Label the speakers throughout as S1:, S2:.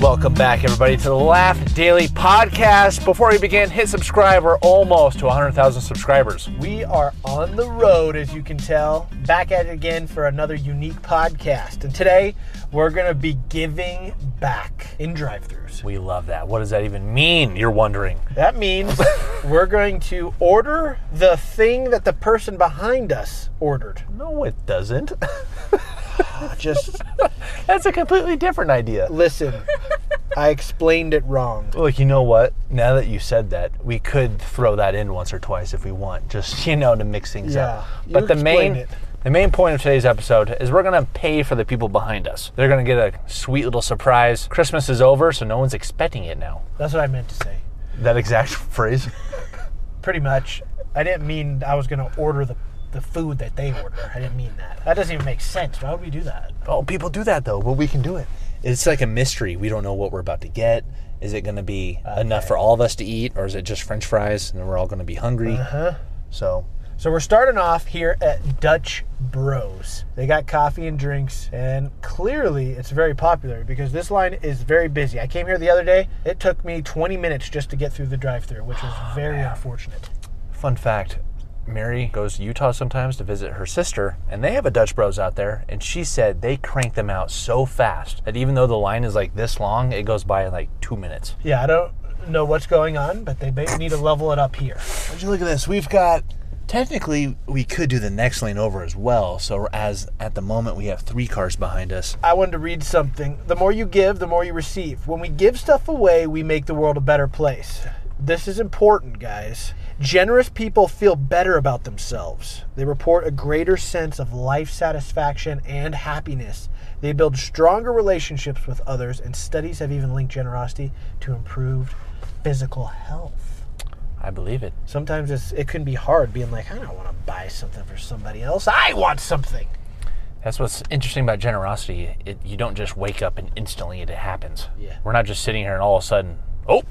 S1: Welcome back, everybody, to the Laugh Daily Podcast. Before we begin, hit subscribe. We're almost to 100,000 subscribers.
S2: We are on the road, as you can tell, back at it again for another unique podcast. And today, we're going to be giving back in drive throughs.
S1: We love that. What does that even mean? You're wondering.
S2: That means we're going to order the thing that the person behind us ordered.
S1: No, it doesn't.
S2: Just
S1: That's a completely different idea.
S2: listen, I explained it wrong.
S1: Look, you know what? Now that you said that, we could throw that in once or twice if we want, just you know, to mix things up.
S2: Yeah,
S1: But
S2: you
S1: the
S2: explain
S1: main
S2: it.
S1: the main point of today's episode is we're gonna pay for the people behind us. They're gonna get a sweet little surprise. Christmas is over, so no one's expecting it now.
S2: That's what I meant to say.
S1: That exact phrase.
S2: Pretty much, I didn't mean I was going to order the, the food that they order. I didn't mean that. That doesn't even make sense. Why would we do that?
S1: Oh, people do that though, but we can do it. It's like a mystery. We don't know what we're about to get. Is it going to be enough for all of us to eat, or is it just French fries and then we're all going to be hungry? Uh-huh. So
S2: So we're starting off here at Dutch Bros. They got coffee and drinks, and clearly it's very popular because this line is very busy. I came here the other day. It took me 20 minutes just to get through the drive-through, which was very unfortunate.
S1: Fun fact Mary goes to Utah sometimes to visit her sister, and they have a Dutch Bros out there. And she said they crank them out so fast that even though the line is like this long, it goes by in like two minutes.
S2: Yeah, I don't know what's going on, but they ba- need to level it up here.
S1: Would you look at this? We've got. Technically, we could do the next lane over as well. So, as at the moment, we have three cars behind us.
S2: I wanted to read something. The more you give, the more you receive. When we give stuff away, we make the world a better place. This is important, guys. Generous people feel better about themselves. They report a greater sense of life satisfaction and happiness. They build stronger relationships with others, and studies have even linked generosity to improved physical health.
S1: I believe it.
S2: Sometimes it's, it can be hard being like, I don't want to buy something for somebody else. I want something.
S1: That's what's interesting about generosity. It, you don't just wake up and instantly it happens.
S2: Yeah.
S1: We're not just sitting here and all of a sudden, oh,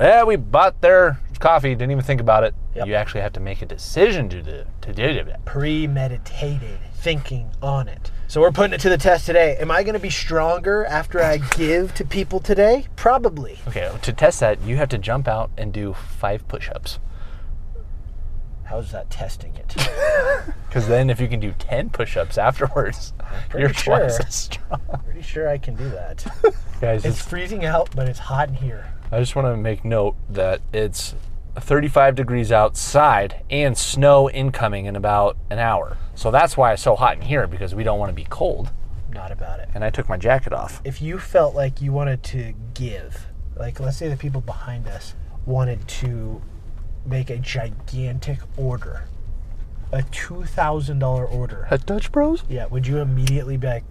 S1: yeah, we bought their coffee, didn't even think about it.
S2: Yep.
S1: You actually have to make a decision to do, to do that.
S2: premeditated thinking on it. So we're putting it to the test today. Am I going to be stronger after I give to people today? Probably.
S1: Okay, to test that, you have to jump out and do five push ups.
S2: How's that testing it?
S1: Because then if you can do 10 push ups afterwards,
S2: pretty
S1: you're twice
S2: sure.
S1: as strong.
S2: Pretty sure I can do that.
S1: Guys,
S2: It's freezing out, but it's hot in here.
S1: I just want to make note that it's 35 degrees outside and snow incoming in about an hour. So that's why it's so hot in here because we don't want to be cold.
S2: Not about it.
S1: And I took my jacket off.
S2: If you felt like you wanted to give, like let's say the people behind us wanted to make a gigantic order, a $2,000 order.
S1: At Dutch Bros?
S2: Yeah, would you immediately be like,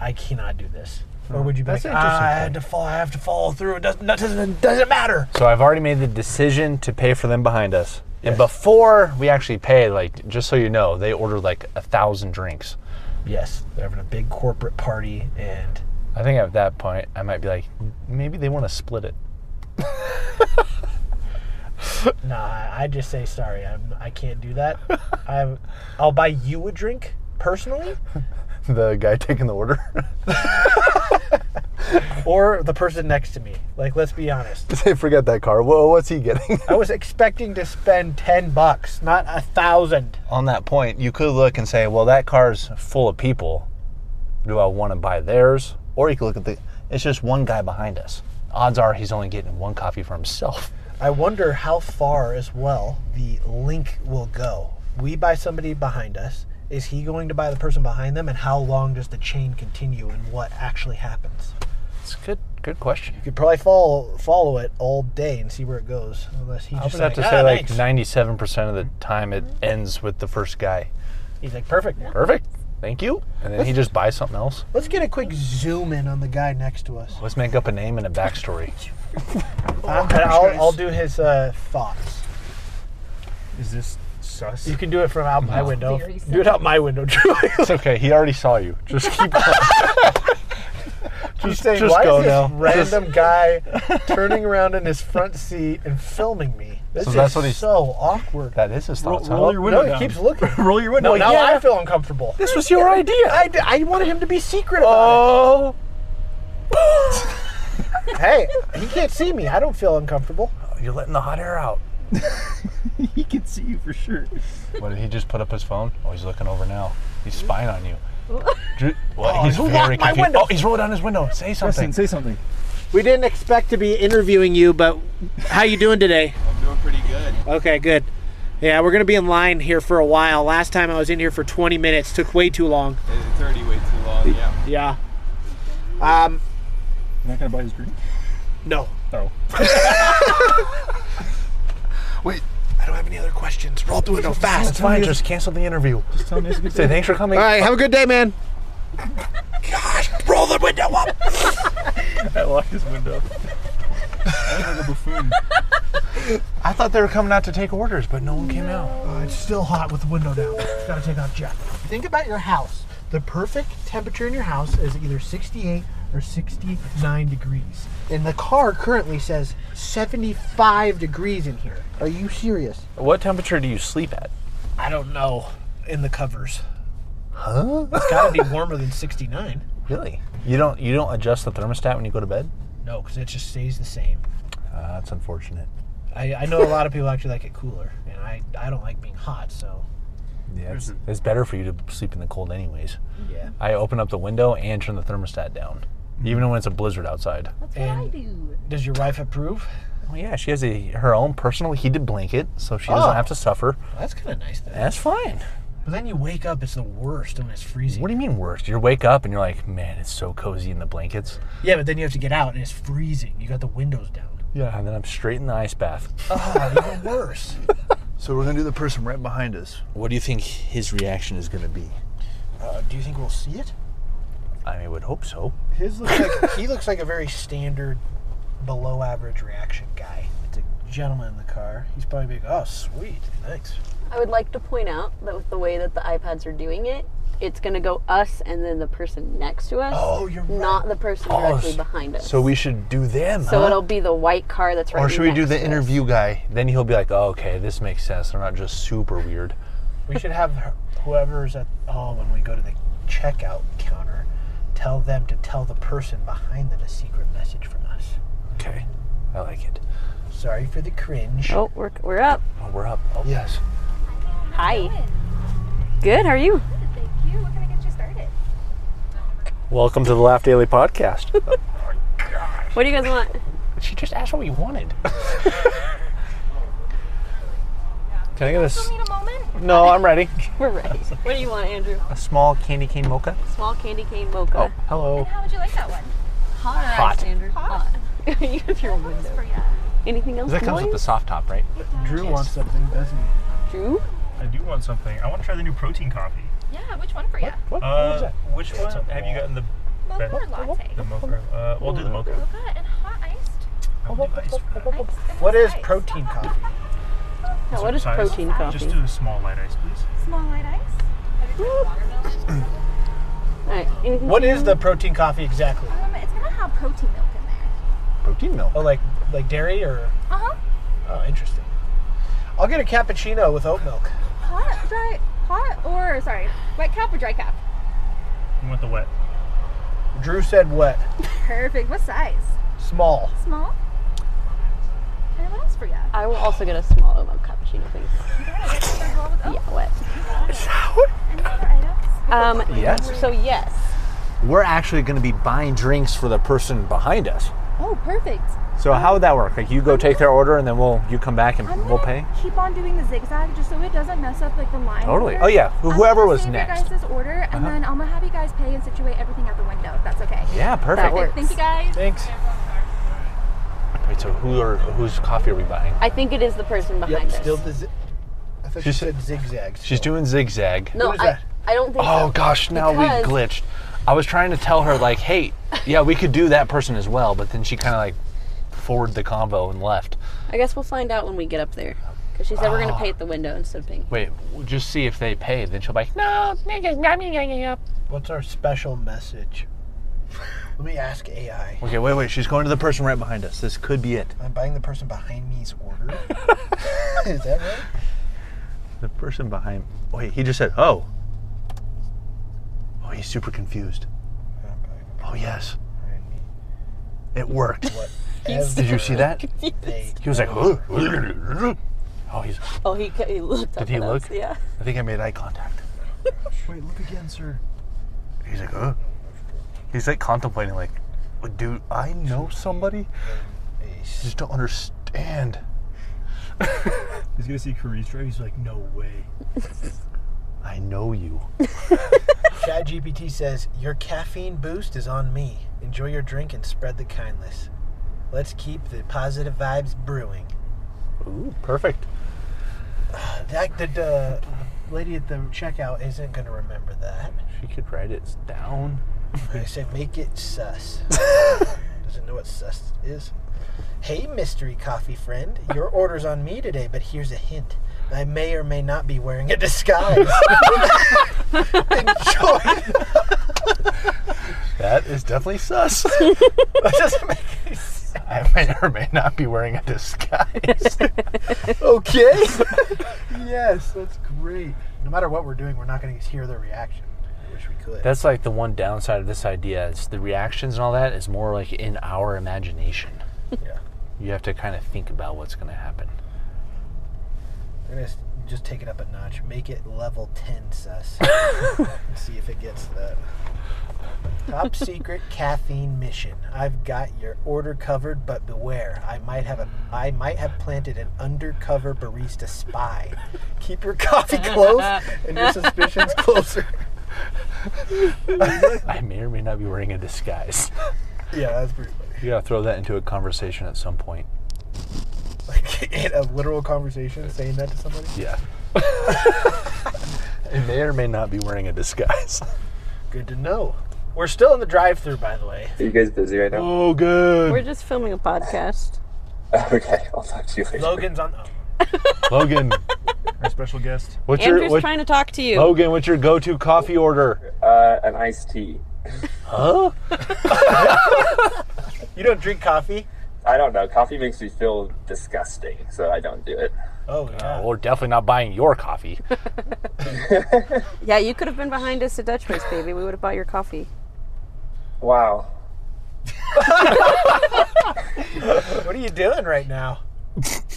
S2: I cannot do this? Or would you be
S1: Hmm. That's
S2: like,
S1: an interesting
S2: I had to follow, I have to follow through. It doesn't, that doesn't, doesn't matter.
S1: So I've already made the decision to pay for them behind us. And before we actually pay, like, just so you know, they ordered like a thousand drinks.
S2: Yes, they're having a big corporate party, and
S1: I think at that point, I might be like, maybe they want to split it.
S2: nah, I- I just say sorry. I'm, I can't do that. I'm, I'll buy you a drink personally,
S1: The guy taking the order.
S2: or the person next to me. Like, let's be honest.
S1: they forget that car. Whoa, what's he getting?
S2: I was expecting to spend ten bucks, not a thousand.
S1: on that point, you could look and say, well, that car's full of people. Do I want to buy theirs? Or you could look at the, it's just one guy behind us. Odds are he's only getting one coffee for himself.
S2: I wonder how far as well the link will go. We buy somebody behind us. Is he going to buy the person behind them? And how long does the chain continue and what actually happens?
S1: It's a good, good question.
S2: You could probably follow, follow it all day and see where it goes. Unless he
S1: I
S2: just
S1: would have
S2: like,
S1: to
S2: "Ah,
S1: say like
S2: thanks."
S1: 97% of the time it ends with the first guy.
S2: He's like, perfect.
S1: Perfect. thank you. And then he just buys something else.
S2: Let's get a quick zoom in on the guy next to us.
S1: Let's make up a name and a backstory.
S2: I'll, I'll, I'll do his uh, thoughts.
S3: Is this sus?
S2: You can do it from out my window. Do it out my window, Drew.
S1: It's okay. He already saw you. Just keep going.
S2: He's saying,
S1: just
S2: why
S1: go
S2: is this
S1: now.
S2: random guy turning around in his front seat and filming me? This
S1: So
S2: is
S1: that's what he's-
S2: so awkward.
S1: That is his thoughts.
S3: roll
S1: huh?
S3: your
S2: no,
S3: window
S2: he
S3: down.
S2: keeps looking.
S3: Roll your window.
S2: no, now
S1: yeah.
S2: I feel uncomfortable.
S1: This was your idea.
S2: I, d- I wanted him to be secret
S1: Oh.
S2: about it. Hey, he can't see me. I don't feel uncomfortable.
S1: You're letting the hot air out.
S3: he can see you for sure.
S1: What did he just put up his phone? Oh, he's looking over now. He's spying on you. Drew, well, he's
S2: who
S1: very
S2: locked my
S1: confused.
S2: window?
S1: Oh, he's rolled down his window. Say something.
S3: Justin, say something.
S2: We didn't expect to be interviewing you, but how you doing today?
S4: I'm doing pretty good.
S2: Okay, good. Yeah, we're gonna be in line here for a while. Last time I was in here for 20 minutes. Took way too long.
S4: It's already way too long. Yeah.
S2: Yeah. Um.
S3: You're not gonna buy his drink?
S2: No.
S3: Oh.
S2: Wait. I don't have any other questions. Roll the window
S1: That's
S2: fast.
S1: fine. Just Ah. cancel the interview.
S3: Just tell me it's a good
S1: Say thanks for coming.
S2: All right. Have a good day, man.
S1: Roll the window up.
S3: I locked his window. I'm like a buffoon.
S1: I thought they were coming out to take orders, but no one came out.
S2: Uh, it's still hot with the window down. Gotta take off Jeff. Think about your house. The perfect temperature in your house is either 68 or 69 degrees. And the car currently says 75 degrees in here. Are you serious?
S1: What temperature do you sleep at?
S2: I don't know. In the covers. Huh? It's gotta be warmer than 69.
S1: Really? You don't you don't adjust the thermostat when you go to bed?
S2: No, because it just stays the same.
S1: Uh, that's unfortunate.
S2: I, I know a lot of people actually like it cooler, and I, I don't like being hot, so.
S1: Yeah, it's, it's better for you to sleep in the cold, anyways.
S2: Yeah.
S1: I open up the window and turn the thermostat down, even when it's a blizzard outside.
S5: That's what I
S2: And-
S5: do.
S2: Does your wife approve?
S1: Well, yeah, she has a her own personal heated blanket, so she
S2: Oh.
S1: doesn't have to suffer.
S2: That's kind of nice, though.
S1: That's fine.
S2: But then you wake up, it's the worst when it's freezing.
S1: What do you mean worst? You wake up and you're like, man, it's so cozy in the blankets.
S2: Yeah, but then you have to get out and it's freezing. You got the windows down.
S1: Yeah, and then I'm straight in the ice bath.
S2: Oh, even worse.
S3: So we're gonna do the person right behind us.
S1: What do you think his reaction is going to be?
S2: Uh, do you think we'll see it?
S1: I mean, would hope so.
S2: His looks like he looks like a very standard, below average reaction guy. It's a gentleman in the car. He's probably like, oh, sweet, thanks.
S5: I would like to point out that with the way that the iPads are doing it, it's going to go us and then the person next to us.
S2: Oh, you're right.
S5: Not the person
S1: Oh,
S5: directly
S1: s-
S5: behind us.
S1: So we should do them,
S5: So
S1: huh?
S5: it'll be the white car that's right.
S1: or should we do
S5: next
S1: the
S5: to us.
S1: interview guy? Then he'll be like, oh, okay, this makes sense. They're not just super weird.
S2: We should have her- whoever's at oh when we go to the checkout counter, tell them to tell the person behind them a secret message from us.
S1: Okay, I like it.
S2: Sorry for the cringe.
S5: Oh, we're, we're up.
S1: Oh, we're up. Oh,
S2: Yes.
S5: Hi. Good. How are you?
S6: Thank you. What can I get you started?
S1: Welcome to the Laugh Daily podcast.
S5: What do you guys want?
S1: she just asked what we wanted. Can I get a s-
S6: Need a moment?
S1: No, I'm ready.
S5: We're ready. What do you want, Andrew?
S1: A small candy cane mocha.
S5: Small candy cane mocha.
S1: Oh, hello.
S6: How would you like that one?
S5: Hot or
S1: Hot.
S5: iced, Andrew?
S6: Hot.
S5: you have your
S6: It's
S5: window.
S6: for ya.
S5: Anything else?
S1: That comes with
S5: boys?
S1: the soft top, right?
S2: Drew wants something, doesn't he?
S5: Drew?
S3: I do want something. I want to try the new protein coffee.
S6: Yeah, which one for you?
S2: What? what is
S3: Uh,
S2: that?
S3: which one have you gotten the
S6: Mocha or latte?
S3: the mocha? Uh, we'll do the mocha.
S6: Mocha and hot iced.
S3: I will do iced for that.
S6: Iced and
S2: What
S6: hot
S2: is
S6: iced.
S2: protein coffee?
S5: Now, what is
S3: Size?
S5: protein coffee?
S3: Just do a small light ice, please.
S6: Small light ice. Have you tried watermelon?
S5: All right. Anything
S2: What is the protein coffee exactly?
S6: Um, it's gonna have protein milk in there.
S1: Protein milk.
S2: Oh, like like dairy or?
S6: Uh huh.
S2: Oh, interesting. I'll get a cappuccino with oat milk.
S6: Hot, dry, hot or sorry, wet cap or dry cap?
S3: You want the wet?
S2: Drew said wet,
S6: Perfect. What size?
S2: small.
S6: Small. And what else for you?
S5: I will also get a small oat milk cappuccino, please. Yeah, wet.
S6: Any other items?
S5: Um,
S1: Yes.
S5: So yes.
S1: We're actually going to be buying drinks for the person behind us.
S6: Oh, perfect.
S1: So how would that work? Like you go take their order and then we'll you come back and
S6: I'm
S1: we'll
S6: gonna
S1: pay.
S6: Keep on doing the zigzag just so it doesn't mess up like the line.
S1: Totally.
S6: order.
S1: Oh, yeah. Wh-
S6: I'm
S1: whoever
S6: gonna
S1: was
S6: save
S1: next. Uh-huh.
S6: You guys this order, and then I'm gonna have you guys pay and situate everything out the window. If that's okay.
S1: Yeah, perfect.
S5: That works.
S6: Thank you guys.
S2: Thanks.
S1: Wait, so who are whose coffee are we buying?
S5: I think it is the person behind us.
S2: the. Zi- I thought
S1: She
S2: she
S1: said-
S2: said zigzags.
S1: She's doing zigzag.
S5: no,
S2: Who is
S5: I,
S2: that?
S5: I don't think.
S1: Oh
S5: so.
S1: gosh, now we
S5: Because-
S1: glitched. I was trying to tell her like, hey, yeah, we could do that person as well, but then she kind of like forwarded the convo and left.
S5: I guess we'll find out when we get up there. Because she said we're
S1: Ah.
S5: gonna pay at the window instead of paying.
S1: Wait, we'll just see if they pay. Then she'll be like, no, nigga, nah, nah, nah, nah, nah."
S2: What's our special message? Let me ask AI.
S1: okay, wait, wait. She's going to the person right behind us. This could be it.
S2: I'm buying the person behind me's order. Is that right?
S1: The person behind. Wait, he just said, oh. Oh, he's super confused. Oh yes, it worked. Did you see that? He was like, oh, he's.
S5: Oh, he ca- he looked.
S1: Did he look?
S5: Yeah.
S1: I think I made eye contact.
S2: Wait, look again, sir.
S1: He's like, uh. He's like contemplating, like, dude, I know somebody. I just don't understand.
S3: He's gonna see Carice drive. He's like, no way.
S1: I know you.
S2: ChatGPT says, Your caffeine boost is on me. Enjoy your drink and spread the kindness. Let's keep the positive vibes brewing.
S1: Ooh, perfect.
S2: That, the, the lady at the checkout isn't going to remember that.
S1: She could write it down.
S2: I said, Make it sus. Doesn't know what sus is. Hey, mystery coffee friend. Your order's on me today, but here's a hint. I may or may not be wearing a disguise. Enjoy.
S1: That is definitely sus. that doesn't make any sense. I may or may not be wearing a disguise.
S2: Okay. yes, that's great. No matter what we're doing, we're not going to hear their reaction. I wish we could.
S1: That's like the one downside of this idea is the reactions and all that is more like in our imagination.
S2: yeah.
S1: You have to kind of think about what's going to happen.
S2: We're going to just take it up a notch. Make it level 10 sus. and see if it gets that. Top secret caffeine mission. I've got your order covered, but beware. I might have a I might have planted an undercover barista spy. Keep your coffee close and your suspicions closer.
S1: I may or may not be wearing a disguise.
S2: Yeah, that's pretty funny.
S1: You gotta throw that into a conversation at some point.
S2: Like in a literal conversation saying that to somebody.
S1: Yeah. it may or may not be wearing a disguise.
S2: Good to know. We're still in the drive-through, by the way.
S7: Are you guys busy right now?
S1: Oh, good.
S5: We're just filming a podcast.
S7: Okay, I'll talk to you later.
S2: Logan's on. Oh,
S1: Logan,
S3: Our special guest.
S1: what's your
S5: Andrew's
S1: what, Oh.
S5: trying to talk to you.
S1: Logan? What's your go-to coffee order?
S7: Uh, an iced tea.
S2: you don't drink coffee?
S7: I don't know. Coffee makes me feel disgusting, so I don't do it.
S2: Oh yeah.
S1: Well, we're definitely not buying your coffee.
S5: Yeah, you could have been behind us at Dutch Bros, baby. We would have bought your coffee.
S7: Wow.
S2: What are you doing right now?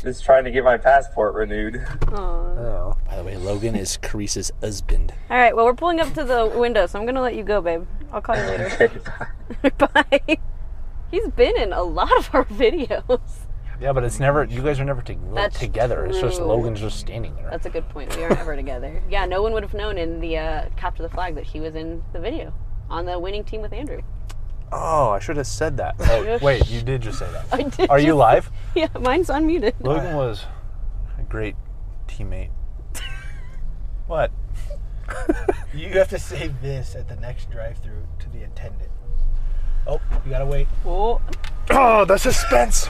S7: Just trying to get my passport renewed.
S1: By the way, Logan is Carissa's husband.
S5: All right. Well, we're pulling up to the window, so I'm gonna let you go, babe. I'll call you later.
S7: Okay, bye.
S5: Bye. He's been in a lot of our videos.
S1: Yeah, but it's never. You guys are never to-
S5: That's
S1: together. It's just
S5: true.
S1: Logan's just standing there.
S5: That's a good point. We aren't ever together. Yeah, no one would have known in the uh, capture the flag that he was in the video on the winning team with Andrew.
S1: oh, I should have said that. Oh, wait, you did just say that.
S5: I did
S1: Are you
S5: just-
S1: live?
S5: Yeah, mine's unmuted.
S1: Logan was a great teammate. what?
S2: You have to say this at the next drive-through to the attendant. Oh, you gotta wait.
S5: Oh,
S1: Oh, the suspense.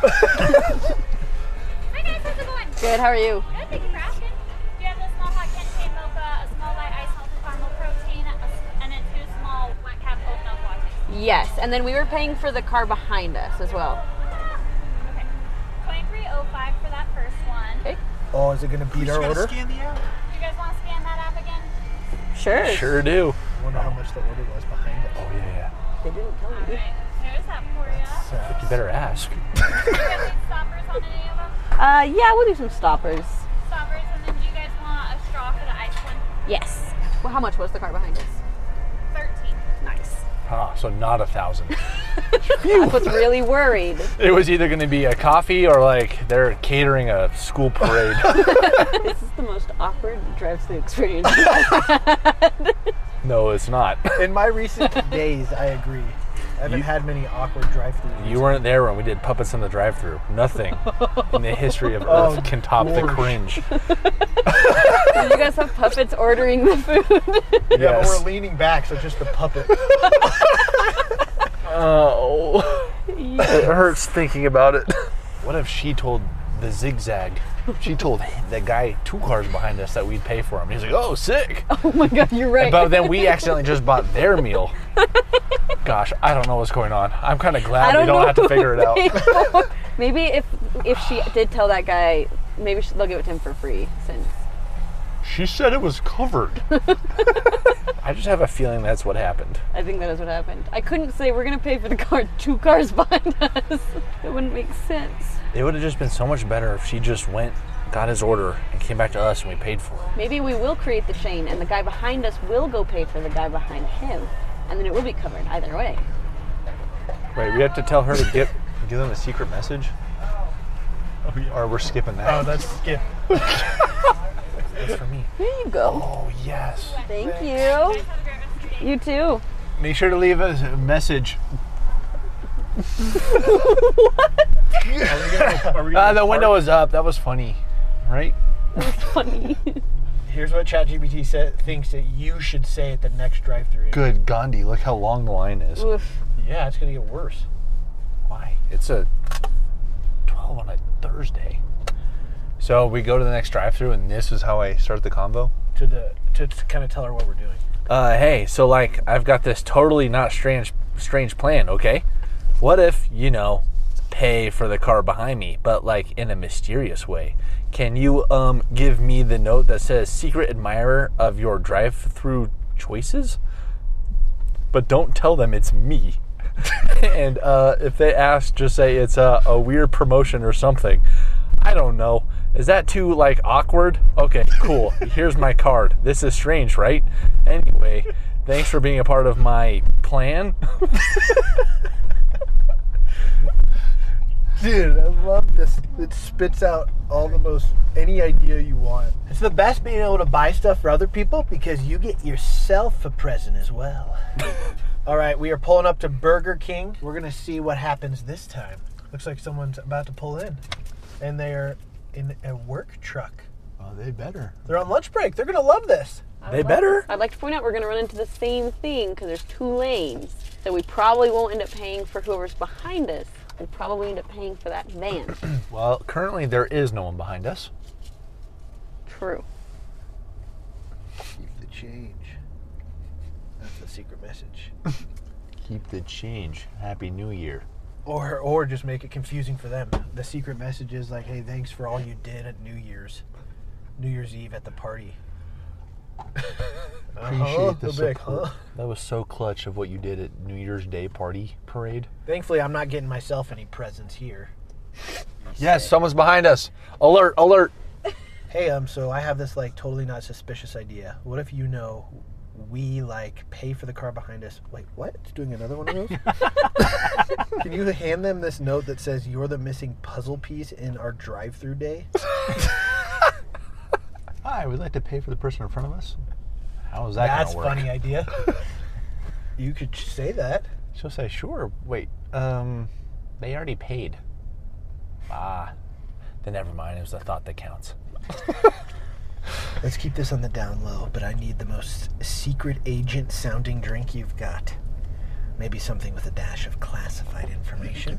S8: Hi guys, how's it going? Good,
S5: good. How are you?
S8: thank you for asking. Do you have a small hot Kensei mocha, a small light ice healthy caramel protein, a s and then two small wet cap oat milk lattes?
S5: Yes, and then we were paying for the car behind us as well.
S8: Okay. 2305 for that first one.
S5: Okay.
S2: Oh, is it gonna beat our order?
S4: scan the app.
S8: You guys want to scan that app again?
S5: Sure.
S1: sure do.
S2: I wonder how much the order was behind us.
S1: Oh yeah,
S8: Alright, there's that for you.
S1: yeah. You better ask.
S8: Do you guys need stoppers on any of them?
S5: Uh, yeah, we'll do some stoppers.
S8: Stoppers, and then do you guys want a straw for the ice one?
S5: Yes. Well, how much was the car behind us?
S8: 13.
S5: Nice.
S1: Huh, so not a thousand.
S5: I was really worried.
S1: It was either going to be a coffee or like they're catering a school parade.
S5: This is the most awkward drive-through experience.
S1: no, it's not.
S2: In my recent days, I agree. I haven't
S1: You-
S2: had many awkward drive-throughs.
S1: You weren't there when we did puppets in the drive-through. Nothing in the history of
S2: Oh,
S1: Earth can top the
S2: gosh.
S1: cringe.
S5: Did you guys have puppets ordering the food? Oh
S2: Yeah,
S1: yes.
S2: but we're leaning back, so just the puppet.
S1: Oh, it hurts thinking about it. What if she told the zigzag? She told the guy two cars behind us that we'd pay for him. He's like, "Oh, sick!"
S5: Oh my god, you're right.
S1: But then we accidentally just bought their meal. Gosh, I don't know what's going on. I'm kind of glad we don't have to figure it out.
S5: out. maybe if if she did tell that guy, maybe she, they'll give it to him for free since
S1: She said it was covered. I just have a feeling that's what happened.
S5: I think that is what happened. I couldn't say we're gonna pay for the car two cars behind us. That wouldn't make sense.
S1: It would have just been so much better if she just went, got his order, and came back to us and we paid for it.
S5: Maybe we will create the chain and the guy behind us will go pay for the guy behind him. And then it will be covered either way.
S1: Wait, we have to tell her to give give them a secret message,
S3: Oh, yeah.
S1: or we're skipping
S2: Oh,
S1: that.
S2: that's skip.
S1: that's for me.
S5: There you go.
S1: Oh yes.
S5: Thank you.
S8: Have a great rest of your day.
S5: You too.
S1: Make sure to leave us a message.
S3: Are we
S1: Uh,
S3: gonna
S1: the window is up. That was funny, right?
S5: Funny.
S2: Here's what ChatGPT sa- thinks that you should say at the next drive-through.
S1: Good Gandhi. Look how long the line is.
S5: Oof.
S2: Yeah, it's gonna get worse.
S1: Why? It's a 12 on a Thursday. So we go to the next drive through and this is how I start the combo.
S2: To the to, to kind of tell her what we're doing.
S1: Uh, hey, so like I've got this totally not strange strange plan, okay? What if, you know, pay for the car behind me, but like in a mysterious way? Can you um give me the note that says secret admirer of your drive-through choices? But don't tell them it's me. and uh, if they ask, just say it's a, a weird promotion or something. I don't know. Is that too like awkward? Okay, cool. Here's my card. This is strange, right? Anyway, thanks for being a part of my plan.
S2: Dude, I love this. It spits out all the most any idea you want. It's the best being able to buy stuff for other people because you get yourself a present as well. all right, we are pulling up to Burger King. We're gonna see what happens this time. Looks like someone's about to pull in, and they are in a work truck.
S1: Oh, they better.
S2: They're on lunch break. They're gonna love this.
S1: They better.
S5: I'd like to point out we're gonna run into the same thing because there's two lanes. So we probably won't end up paying for whoever's behind us. We'll probably end up paying for that van.
S1: Well, currently there is no one behind us.
S5: True.
S2: Keep the change. That's the secret message.
S1: Keep the change. Happy New Year.
S2: Or or just make it confusing for them. The secret message is like, hey, thanks for all you did at New Year's, New Year's Eve at the party. Uh-huh.
S1: Appreciate the
S2: They'll be like,
S1: support.
S2: huh?
S1: That was so clutch of what you did at New Year's Day party parade.
S2: Thankfully, I'm not getting myself any presents here.
S1: Yes, someone's behind us. Alert! Alert!
S2: Hey, um, so I have this like totally not suspicious idea. What if you know we like pay for the car behind us? Wait, what? It's doing another one of those? Can you hand them this note that says you're the missing puzzle piece in our drive-through day?
S1: Hi, we'd like to pay for the person in front of us. How is that
S2: That's
S1: gonna work?
S2: funny idea. you could say that.
S1: She'll say, sure, wait, um, they already paid. Ah, then never mind. It was the thought that counts.
S2: Let's keep this on the down low, but I need the most secret agent sounding drink you've got. Maybe something with a dash of classified information.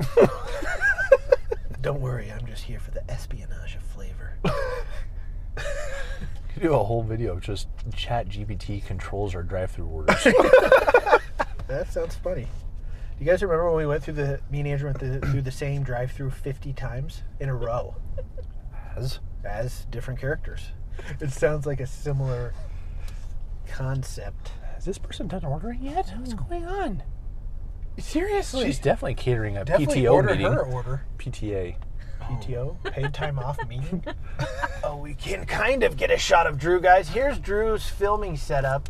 S2: Don't worry, I'm just here for the espionage of flavor.
S1: Could do a whole video of just chat GPT controls our drive through orders.
S2: That sounds funny. You guys remember when we went through the me and Andrew went the, through the same drive-through 50 times in a row
S1: As?
S2: as different characters? It sounds like a similar concept.
S1: Has this person done ordering yet? What's going on?
S2: Seriously,
S1: She's definitely catering a
S2: definitely
S1: PTO
S2: order
S1: meeting.
S2: her order.
S1: PTA.
S2: PTO, paid time off meeting. oh, we can kind of get a shot of Drew, guys. Here's Drew's filming setup.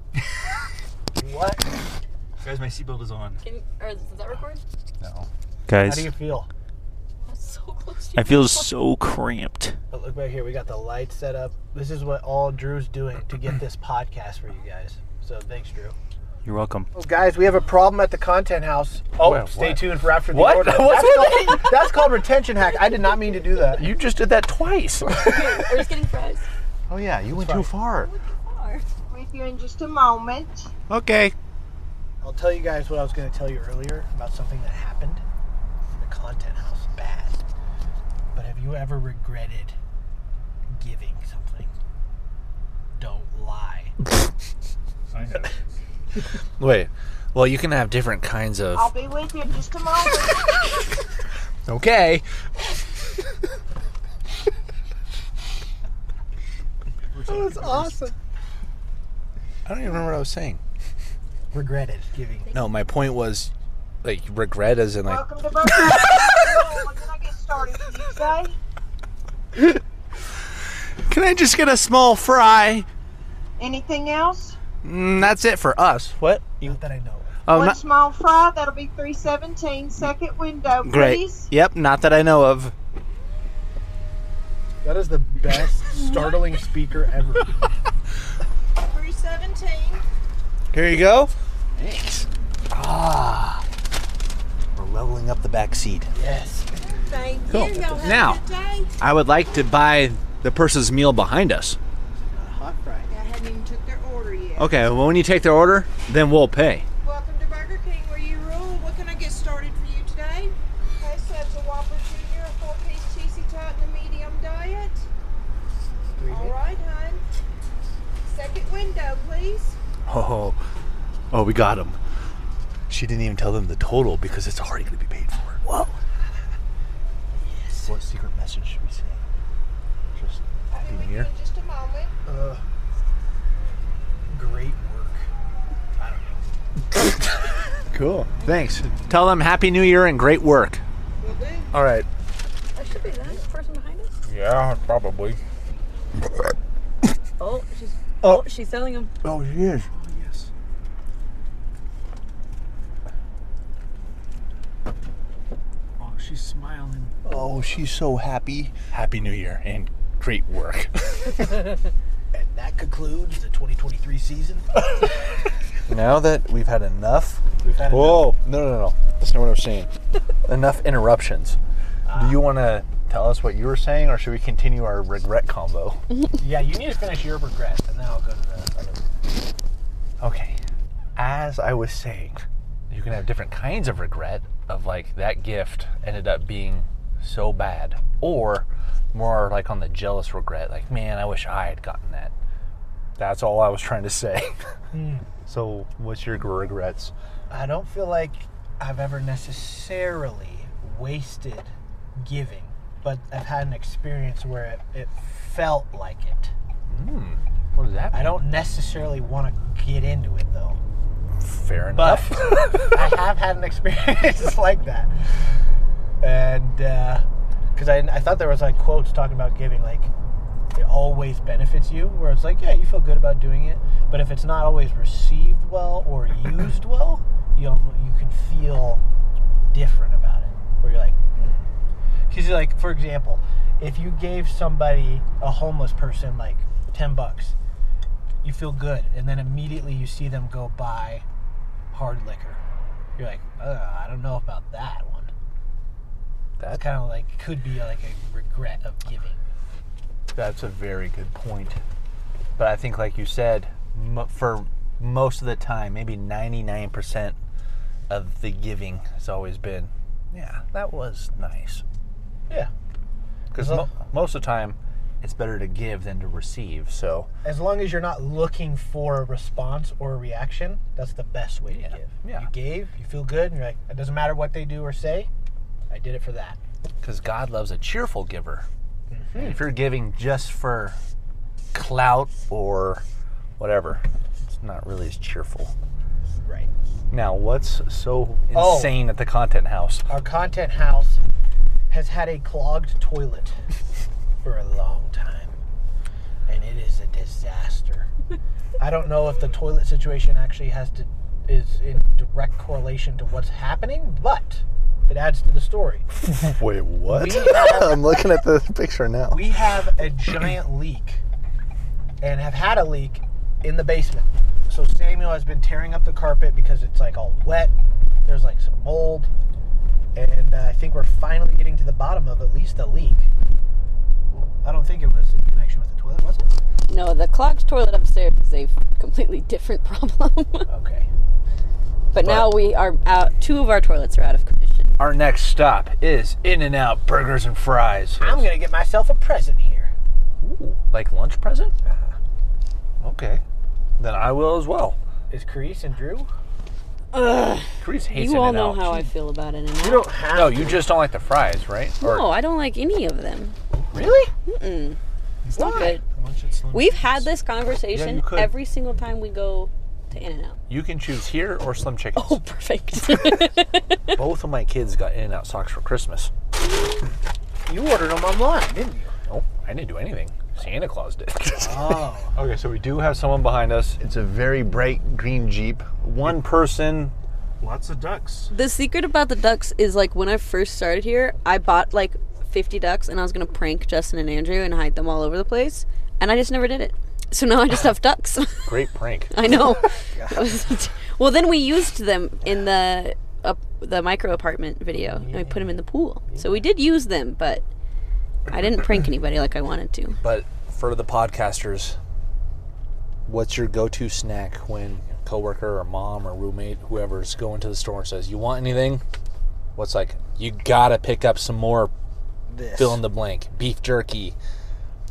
S2: what?
S3: Guys, my seatbelt is on.
S5: Can, or does that record?
S1: No.
S2: How do
S9: Guys,
S2: you feel?
S5: so close.
S9: I feel so cramped.
S2: But look back here. We got the lights set up. This is what all Drew's doing to get this podcast for you guys. So thanks, Drew.
S9: You're welcome.
S2: Oh, guys, we have a problem at the content house. Oh,
S1: Wait,
S2: stay
S1: what?
S2: tuned for after the
S1: What?
S2: order.
S1: What's with
S2: that's, called, that's called retention hack. I did not mean to do that.
S1: You just did that twice.
S10: Are you just getting fries?
S1: oh yeah, you went too far.
S10: With you in just a moment.
S1: Okay.
S2: I'll tell you guys what I was going to tell you earlier about something that happened in the content house. Bad. But have you ever regretted giving something? Don't lie.
S3: I have.
S1: Wait. Well, you can have different kinds of.
S10: I'll be with you in just a moment.
S1: Okay.
S2: That was awesome.
S1: I don't even remember what I was saying.
S2: Regretted giving.
S1: No, my point was, like regret as in like
S10: Welcome to Burger King. When can I get started? Did you say?
S1: Can I just get a small fry?
S10: Anything else?
S1: Mm, that's it for us. What?
S2: Not that I know. of.
S10: One small fry. That'll be three seventeen. Second window, please.
S1: Yep, not that I know of.
S2: That is the best startling speaker ever.
S10: Three seventeen.
S1: Here you go. Thanks. Ah. We're leveling up the back seat.
S2: Yes.
S10: Thank you.
S1: Cool.
S10: Y'all have
S1: Now.
S10: a good day.
S1: I would like to buy the person's meal behind us.
S2: Hot fry.
S10: I haven't even took their order yet.
S1: Okay, well, when you take their order, then we'll pay.
S10: Welcome to Burger King, where you rule. What can I get started for you today? Okay, so that's a Whopper Junior, a four-piece cheesy tot, and a medium diet. All right, hon. Second window, please.
S1: Oh, oh, we got him. She didn't even tell them the total because it's already going to be paid for. Whoa.
S2: Yes.
S1: What secret message should we say? Just
S10: I'll be
S1: happy
S10: with
S1: new
S10: you in
S1: year.
S10: just a moment.
S2: Uh, great work. I don't know.
S1: Cool. Thanks. Tell them happy new year and great work.
S10: Will do.
S1: All right.
S5: That should be the person behind us.
S3: Yeah, Uh, probably.
S5: Oh, she's
S1: Oh.
S5: oh, she's selling them.
S1: Oh, she is.
S3: Yes. Oh, she's smiling.
S1: Oh, she's so happy. Happy New Year and great work.
S2: And that concludes the 2023 season.
S1: now that we've had enough.
S2: We've had
S1: Whoa, no, no, no. That's not what I'm saying. enough interruptions. Do you want to tell us what you were saying or should we continue our regret combo?
S2: Yeah, you need to finish your regrets, and then I'll go to the other.
S1: Okay. As I was saying, you can have different kinds of regret of like that gift ended up being so bad, or more like on the jealous regret, like, man, I wish I had gotten that. Hmm. That's all I was trying to say. so, what's your gr- regrets?
S2: I don't feel like I've ever necessarily wasted giving, but I've had an experience where it, it felt like it.
S1: What does that mean?
S2: I don't necessarily want to get into it though.
S1: Fair
S2: but
S1: enough.
S2: I have had an experience like that, and because I, I thought there was like quotes talking about giving, like it always benefits you, where it's like, yeah, you feel good about doing it, but if it's not always received well or used well, you don't, you can feel different about it, where you're like, because like for example, if you gave somebody a homeless person like ten bucks. You feel good, and then immediately you see them go buy hard liquor. You're like, Ugh, I don't know about that one. That's
S1: That,
S2: kind of like could be like a regret of giving.
S1: that's a very good point. But I think, like you said, m- for most of the time, maybe 99% of the giving has always been, yeah, that was nice.
S2: Yeah.
S1: Because mo- most of the time, it's better to give than to receive. So
S2: As long as you're not looking for a response or a reaction, that's the best way to
S1: Yeah.
S2: give.
S1: Yeah.
S2: You gave, you feel good, and you're like, it doesn't matter what they do or say. I did it for that.
S1: because God loves a cheerful giver. And if you're giving just for clout or whatever, it's not really as cheerful.
S2: Right.
S1: Now, what's so
S2: Oh.
S1: insane at the content house?
S2: Our content house has had a clogged toilet for a long time, and it is a disaster. I don't know if the toilet situation actually has to is in direct correlation to what's happening, but it adds to the story.
S1: Wait, what?
S2: We have-
S1: I'm looking at the picture now.
S2: We have a giant leak and have had a leak in the basement. So Samuel has been tearing up the carpet because it's like all wet. There's like some mold, and uh, I think we're finally getting to the bottom of at least a leak. Well, I don't think it was in connection with the toilet, was it?
S5: No, the clogged toilet upstairs is a completely different problem.
S2: okay.
S5: But now we are out. Two of our toilets are out of commission.
S1: Our next stop is In and Out Burgers and Fries.
S2: I'm gonna get myself a present here.
S1: Like lunch present? Okay. Then I will as well.
S2: Is Carice and Drew?
S5: Ugh.
S1: Carice hates
S5: you all know
S1: In-N-Out.
S5: how I feel about In and
S2: You
S5: Out.
S2: don't have.
S1: No, Oh, you just don't like the fries, right?
S5: No, I don't like any of them.
S2: Really?
S5: Mm-mm. It's not good.
S3: Lunch at Slim.
S5: We've had this conversation
S1: you could.
S5: every single time we go to In and Out.
S1: You can choose here or Slim Chickens.
S5: Oh, perfect.
S1: Both of my kids got In and Out socks for Christmas.
S2: You ordered them online, didn't you?
S1: Nope, I didn't do anything. Santa Claus did.
S2: Oh.
S1: okay, so we do have someone behind us. It's a very bright green Jeep. One person.
S3: Lots of ducks.
S5: the secret about the ducks is like when I first started here, I bought like 50 ducks and I was going to prank Justin and Andrew and hide them all over the place. And I just never did it. So now I just have ducks.
S1: Great prank.
S5: I know. That was- well, then we used them in the up the micro apartment video, and we put them in the pool. So we did use them, but I didn't prank anybody like I wanted to.
S1: But for the podcasters, what's your go-to snack when coworker or mom or roommate, whoever's going to the store and says, "You want anything?" What's like? You gotta pick up some more.
S2: This.
S1: Fill in the blank. Beef jerky,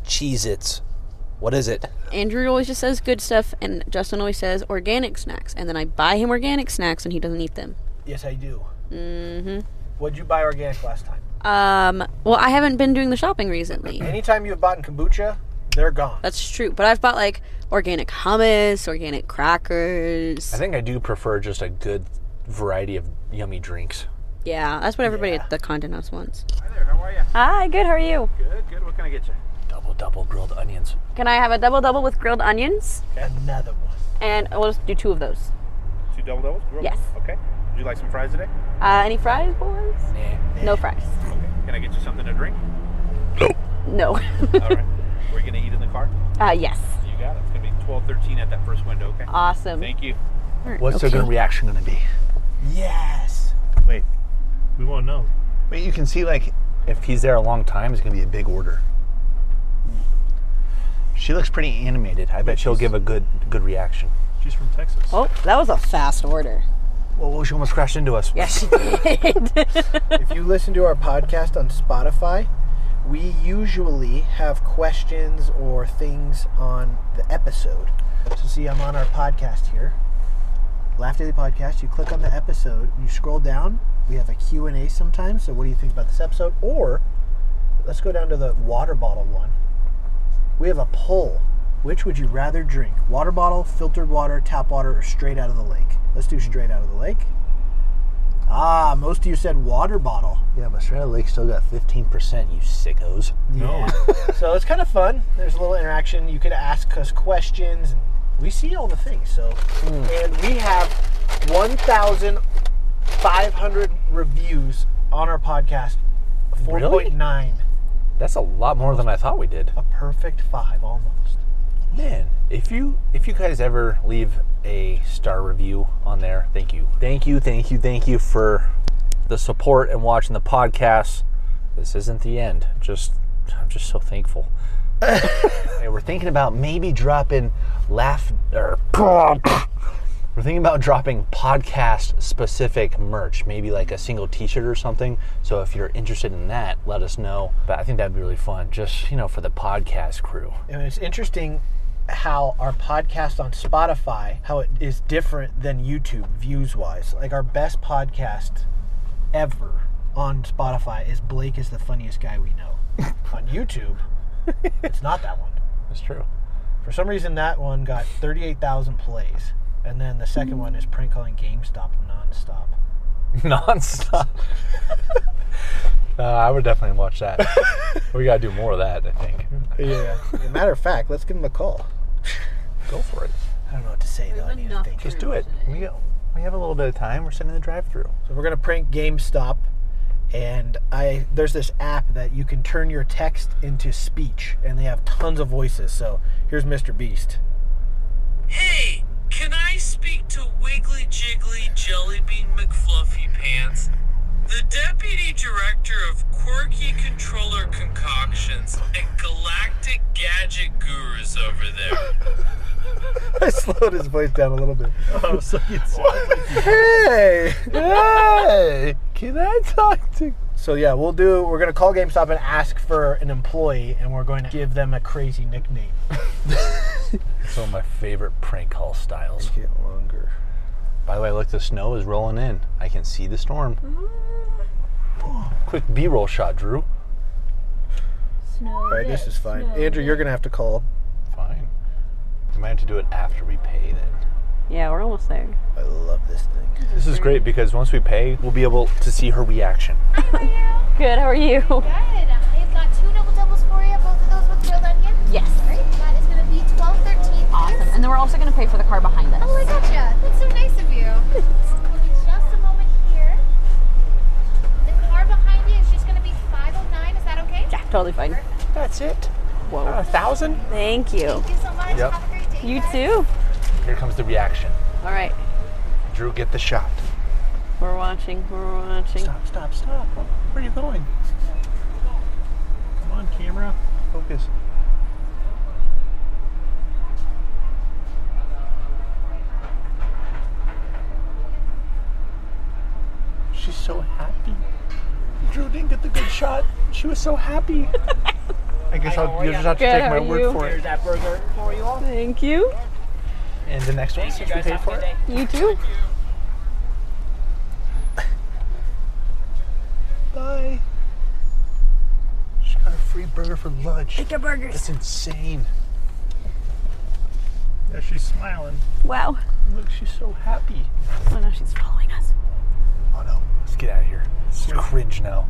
S1: Cheez-Its. What is it?
S5: Andrew always just says good stuff, and Justin always says organic snacks, and then I buy him organic snacks, and he doesn't eat them.
S2: Yes, I do. Mm-hmm. What'd you buy organic last time?
S5: Um, well, I haven't been doing the shopping recently.
S2: Anytime you have bought in kombucha, they're gone.
S5: That's true, but I've bought like organic hummus, organic crackers.
S1: I think I do prefer just a good variety of yummy drinks.
S5: yeah, that's what everybody at the Condon House wants.
S4: Hi there. How are you?
S5: Hi, good. How are you?
S4: Good. Good. What can I get you?
S1: Double double grilled onions.
S5: Can I have a double double with grilled onions?
S2: Another one.
S5: And we'll just do two of those.
S4: Two double doubles. Grilled?
S5: Yes.
S4: Okay. Would you like some fries today?
S5: Uh, any fries, boys? No fries.
S4: Okay. Can I get you something to drink?
S5: No.
S4: All right. We're gonna eat in the car.
S5: uh, yes.
S4: You got it. It's gonna be twelve thirteen at that first window. Okay.
S5: Awesome.
S4: Thank you.
S1: What's
S5: Okay.
S1: their reaction gonna be?
S2: Yes.
S3: Wait, we won't know.
S1: But you can see like if he's there a long time, it's gonna be a big order. She looks pretty animated. I bet she'll give a good good reaction.
S3: She's from Texas.
S5: Oh, that was a fast order.
S1: Whoa, whoa she almost crashed into us.
S5: Yes, she did.
S2: if you listen to our podcast on Spotify, we usually have questions or things on the episode. So, see, I'm on our podcast here, Laugh Daily Podcast. You click on the episode, you scroll down. We have a Q&A sometimes. So, what do you think about this episode? Or let's go down to the water bottle one. We have a poll. Which would you rather drink? Water bottle, filtered water, tap water, or straight out of the lake? Let's do straight out of the lake. Ah, most of you said water bottle.
S1: Yeah, but Strata Lake still got fifteen percent, you sickos.
S3: No.
S2: so it's kind of fun. There's a little interaction. You could ask us questions, and we see all the things. So,
S1: Hmm.
S2: and we have 1,500 reviews on our podcast. 4.9,
S1: Really? That's a lot more than I thought we did.
S2: a perfect five almost.
S1: Man, if you if you guys ever leave a star review on there, thank you. Thank you, thank you, thank you for the support and watching the podcast. This isn't the end. Just I'm just so thankful. Hey, we're thinking about maybe dropping laugh or we're thinking about dropping podcast specific merch, maybe like a single t-shirt or something. So if you're interested in that, let us know. But I think that'd be really fun just, you know, for the podcast crew.
S2: And it's interesting how our podcast on Spotify, how it is different than YouTube views wise. Like our best podcast ever on Spotify is Blake is the funniest guy we know. on YouTube, it's not that one.
S1: That's true.
S2: For some reason, that one got 38,000 plays. And then the second one is prank calling GameStop nonstop.
S1: nonstop. uh, I would definitely watch that. we gotta do more of that. I think.
S2: Yeah. matter of fact, let's give him a call.
S1: Go for it.
S2: I don't know what to say though. I need to think.
S1: Just do it. We got, we have a little bit of time. We're sitting in the drive-through.
S2: So we're gonna prank GameStop, and I there's this app that you can turn your text into speech, and they have tons of voices. So here's Mr. Beast.
S11: Hey, can I Jelly Bean McFluffy Pants, the Deputy Director of Quirky Controller Concoctions and Galactic Gadget Gurus over there.
S2: I slowed his voice down a little bit.
S11: Oh, so
S2: you hey, hey, can I talk to? So yeah, we'll do. We're gonna call GameStop and ask for an employee, and we're going to give them a crazy nickname.
S1: Some of my favorite prank call styles. Get longer. By the way, look, the snow is rolling in. I can see the storm. Quick B-roll shot, Drew.
S2: All right, this is fine. Andrew, you're gonna have to call.
S1: Fine. We might have to do it after we pay then.
S5: Yeah, we're almost there.
S2: I love this thing.
S1: This is great because once we pay, we'll be able to see her reaction.
S5: Good. How are you?
S8: Good. I've got two double doubles for you. Both of those with grilled onion.
S12: Yes.
S8: Great. That is going to be twelve thirteen.
S12: Awesome. And then we're also going to pay for the car behind us.
S8: Oh, I gotcha. That's so nice of you. Give me just a moment here. The car behind you is just going to be five oh nine. Is that okay? Yeah.
S5: Totally fine.
S1: That's it.
S5: Whoa.
S1: a thousand?
S5: Thank you.
S8: Thank you so much.
S1: Yep.
S8: Have a great day.
S5: You too.
S1: Here comes the reaction.
S5: All right.
S1: Drew, get the shot.
S5: We're watching. We're watching.
S1: Stop, stop, stop. Where are you going?
S3: Come on, camera.
S1: Focus. She's so happy. Drew didn't get the good shot. She was so happy. I guess I'll, you'll just have to
S5: Good,
S1: take
S5: how
S1: my
S5: are
S1: word
S5: you?
S1: for it.
S5: that burger for you all. Thank you.
S1: And the next one, since we paid for it.
S5: You too.
S1: Bye. She got a free burger for lunch. Take a burger. That's insane.
S3: Yeah, she's smiling.
S5: Wow.
S1: Look, she's so happy.
S5: Oh no, she's following us.
S1: Oh no, let's get out of here. This is cringe now.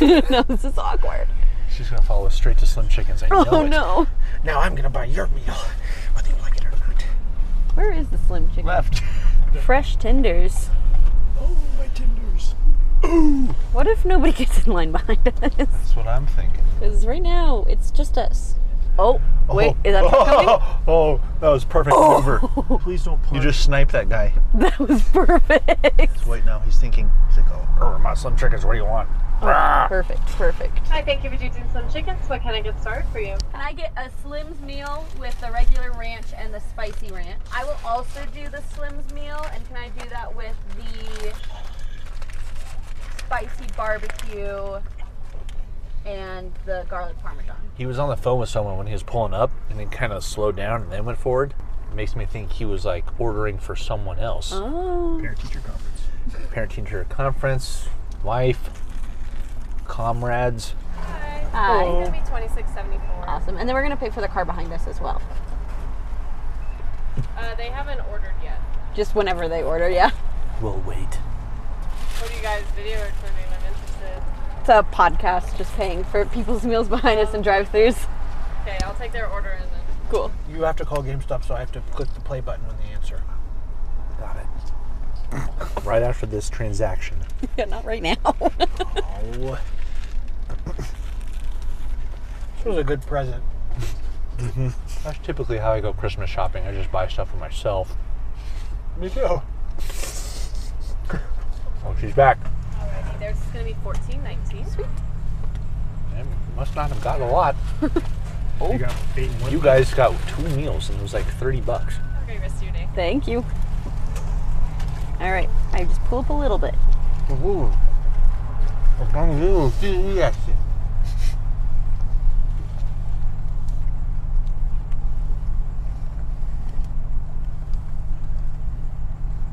S5: no, this is awkward.
S1: She's gonna follow us straight to Slim Chickens. I know
S5: Oh
S1: it.
S5: no.
S2: Now I'm gonna buy your meal.
S5: Where is the Slim Chicken?
S1: Left.
S5: Fresh tenders.
S1: Oh, my tenders.
S5: What if nobody gets in line behind us?
S1: That's what I'm thinking.
S5: Because right now it's just us. Oh, wait,
S1: oh.
S5: is that
S1: oh,
S5: coming? Oh.
S1: Oh, that was perfect maneuver. Please don't You just sniped that guy.
S5: That was perfect.
S1: He's waiting now. He's thinking. He's like, oh, oh my Slim Chickens, what do you want? Rah.
S5: Perfect, perfect.
S13: Hi, thank you for choosing Slim Chickens. What can I get started for you?
S12: Can I get a Slim's meal with the regular ranch and the spicy ranch? I will also do the Slim's meal, and can I do that with the spicy barbecue and the garlic parmesan?
S1: He was on the phone with someone when he was pulling up and then kind of slowed down and then went forward. It makes me think he was like ordering for someone else.
S5: Oh.
S3: Parent teacher conference.
S1: Parent teacher conference, wife, comrades.
S5: Hi.
S13: It's gonna be twenty six seventy four.
S5: Awesome. And then we're gonna pay for the car behind us as well.
S13: Uh, they haven't ordered yet.
S5: Just whenever they order, yeah.
S1: We'll wait.
S13: What do you guys video recording? I'm interested.
S5: It's a podcast just paying for people's meals behind us and drive throughs.
S13: Okay, I'll take their order and then.
S5: Cool.
S2: You have to call GameStop, so I have to click the play button when they answer.
S1: Got it. right after this transaction.
S5: Yeah, not right now.
S2: Oh. this was a good present.
S1: That's typically how I go Christmas shopping. I just buy stuff for myself.
S2: Me too.
S1: Oh, she's back.
S13: Alrighty, there's gonna be fourteen nineteen. Sweet.
S1: Man, we must not have got a lot. oh, you, guys got two meals and it was like 30 bucks.
S13: Have a great rest of your day.
S5: Thank you. All right, I just pull up a little bit.
S1: Ooh.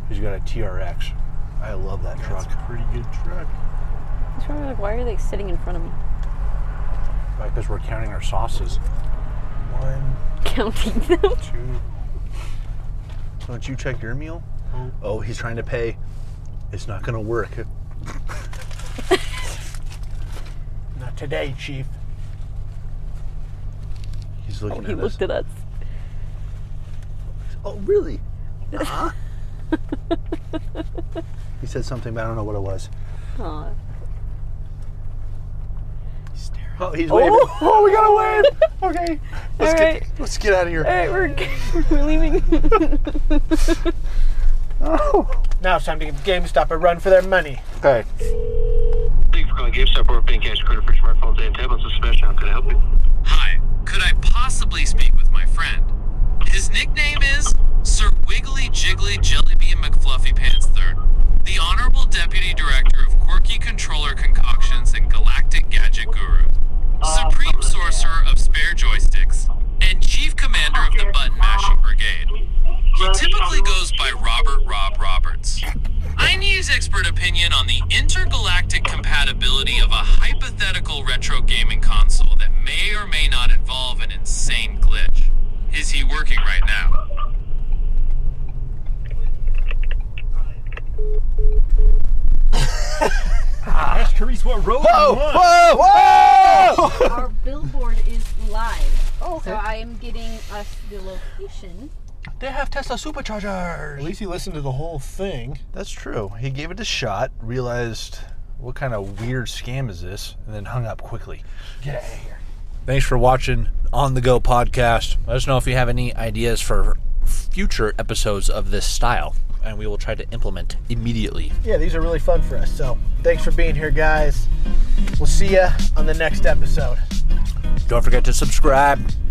S1: He's got a TRX. I love that truck.
S3: Pretty good truck.
S5: It's probably like, why are they sitting in front of me?
S1: Right, because we're counting our sauces. One,
S5: Counting them.
S1: two. Don't you check your meal? Oh, he's trying to pay. It's not gonna work.
S2: Not today, Chief.
S1: He's
S5: Oh,
S1: looking
S5: he
S1: at us.
S5: looked at us.
S1: Oh, really? Huh? he said something, but I don't know what it was.
S5: Aw.
S1: Oh, he's
S5: Oh!
S1: waving. Oh, we gotta wave. Okay. Let's
S5: All
S1: get,
S5: right.
S1: Let's get out of here.
S5: All right, we're, we're leaving.
S1: Oh.
S2: Now it's time to give GameStop a run for their money. Okay.
S14: Thank you for calling GameStop. We're paying cash credit for smartphones and tablets. This is Sebastian. How can I help you?
S11: Hi, could I possibly speak with my friend? His nickname is Sir Wiggly Jiggly Jellybean McFluffy Pants Third, the Honorable Deputy Director of Quirky Controller Concoctions and Galactic Gadget Guru, Supreme Sorcerer of Spare Joysticks, and Chief Commander of the Button Mashing Brigade. He typically goes by Robert Rob Roberts. I need his expert opinion on the intergalactic compatibility of a hypothetical retro gaming console that may or may not involve an insane glitch. Is he working right now?
S3: Ask Carice what road
S11: Whoa,
S3: you want.
S11: whoa,
S3: whoa!
S12: Our billboard is live.
S13: Oh,
S12: So I am getting us the location.
S2: They have Tesla superchargers. At least you listened to the whole thing.
S1: That's true. He gave it a shot, realized what kind of weird scam is this, and then hung up quickly.
S2: Get out of here.
S1: Thanks for watching On the Go podcast. Let us know if you have any ideas for future episodes of this style, and we will try to implement immediately.
S2: Yeah, these are really fun for us. So thanks for being here, guys. We'll see ya on the next episode.
S1: Don't forget to subscribe.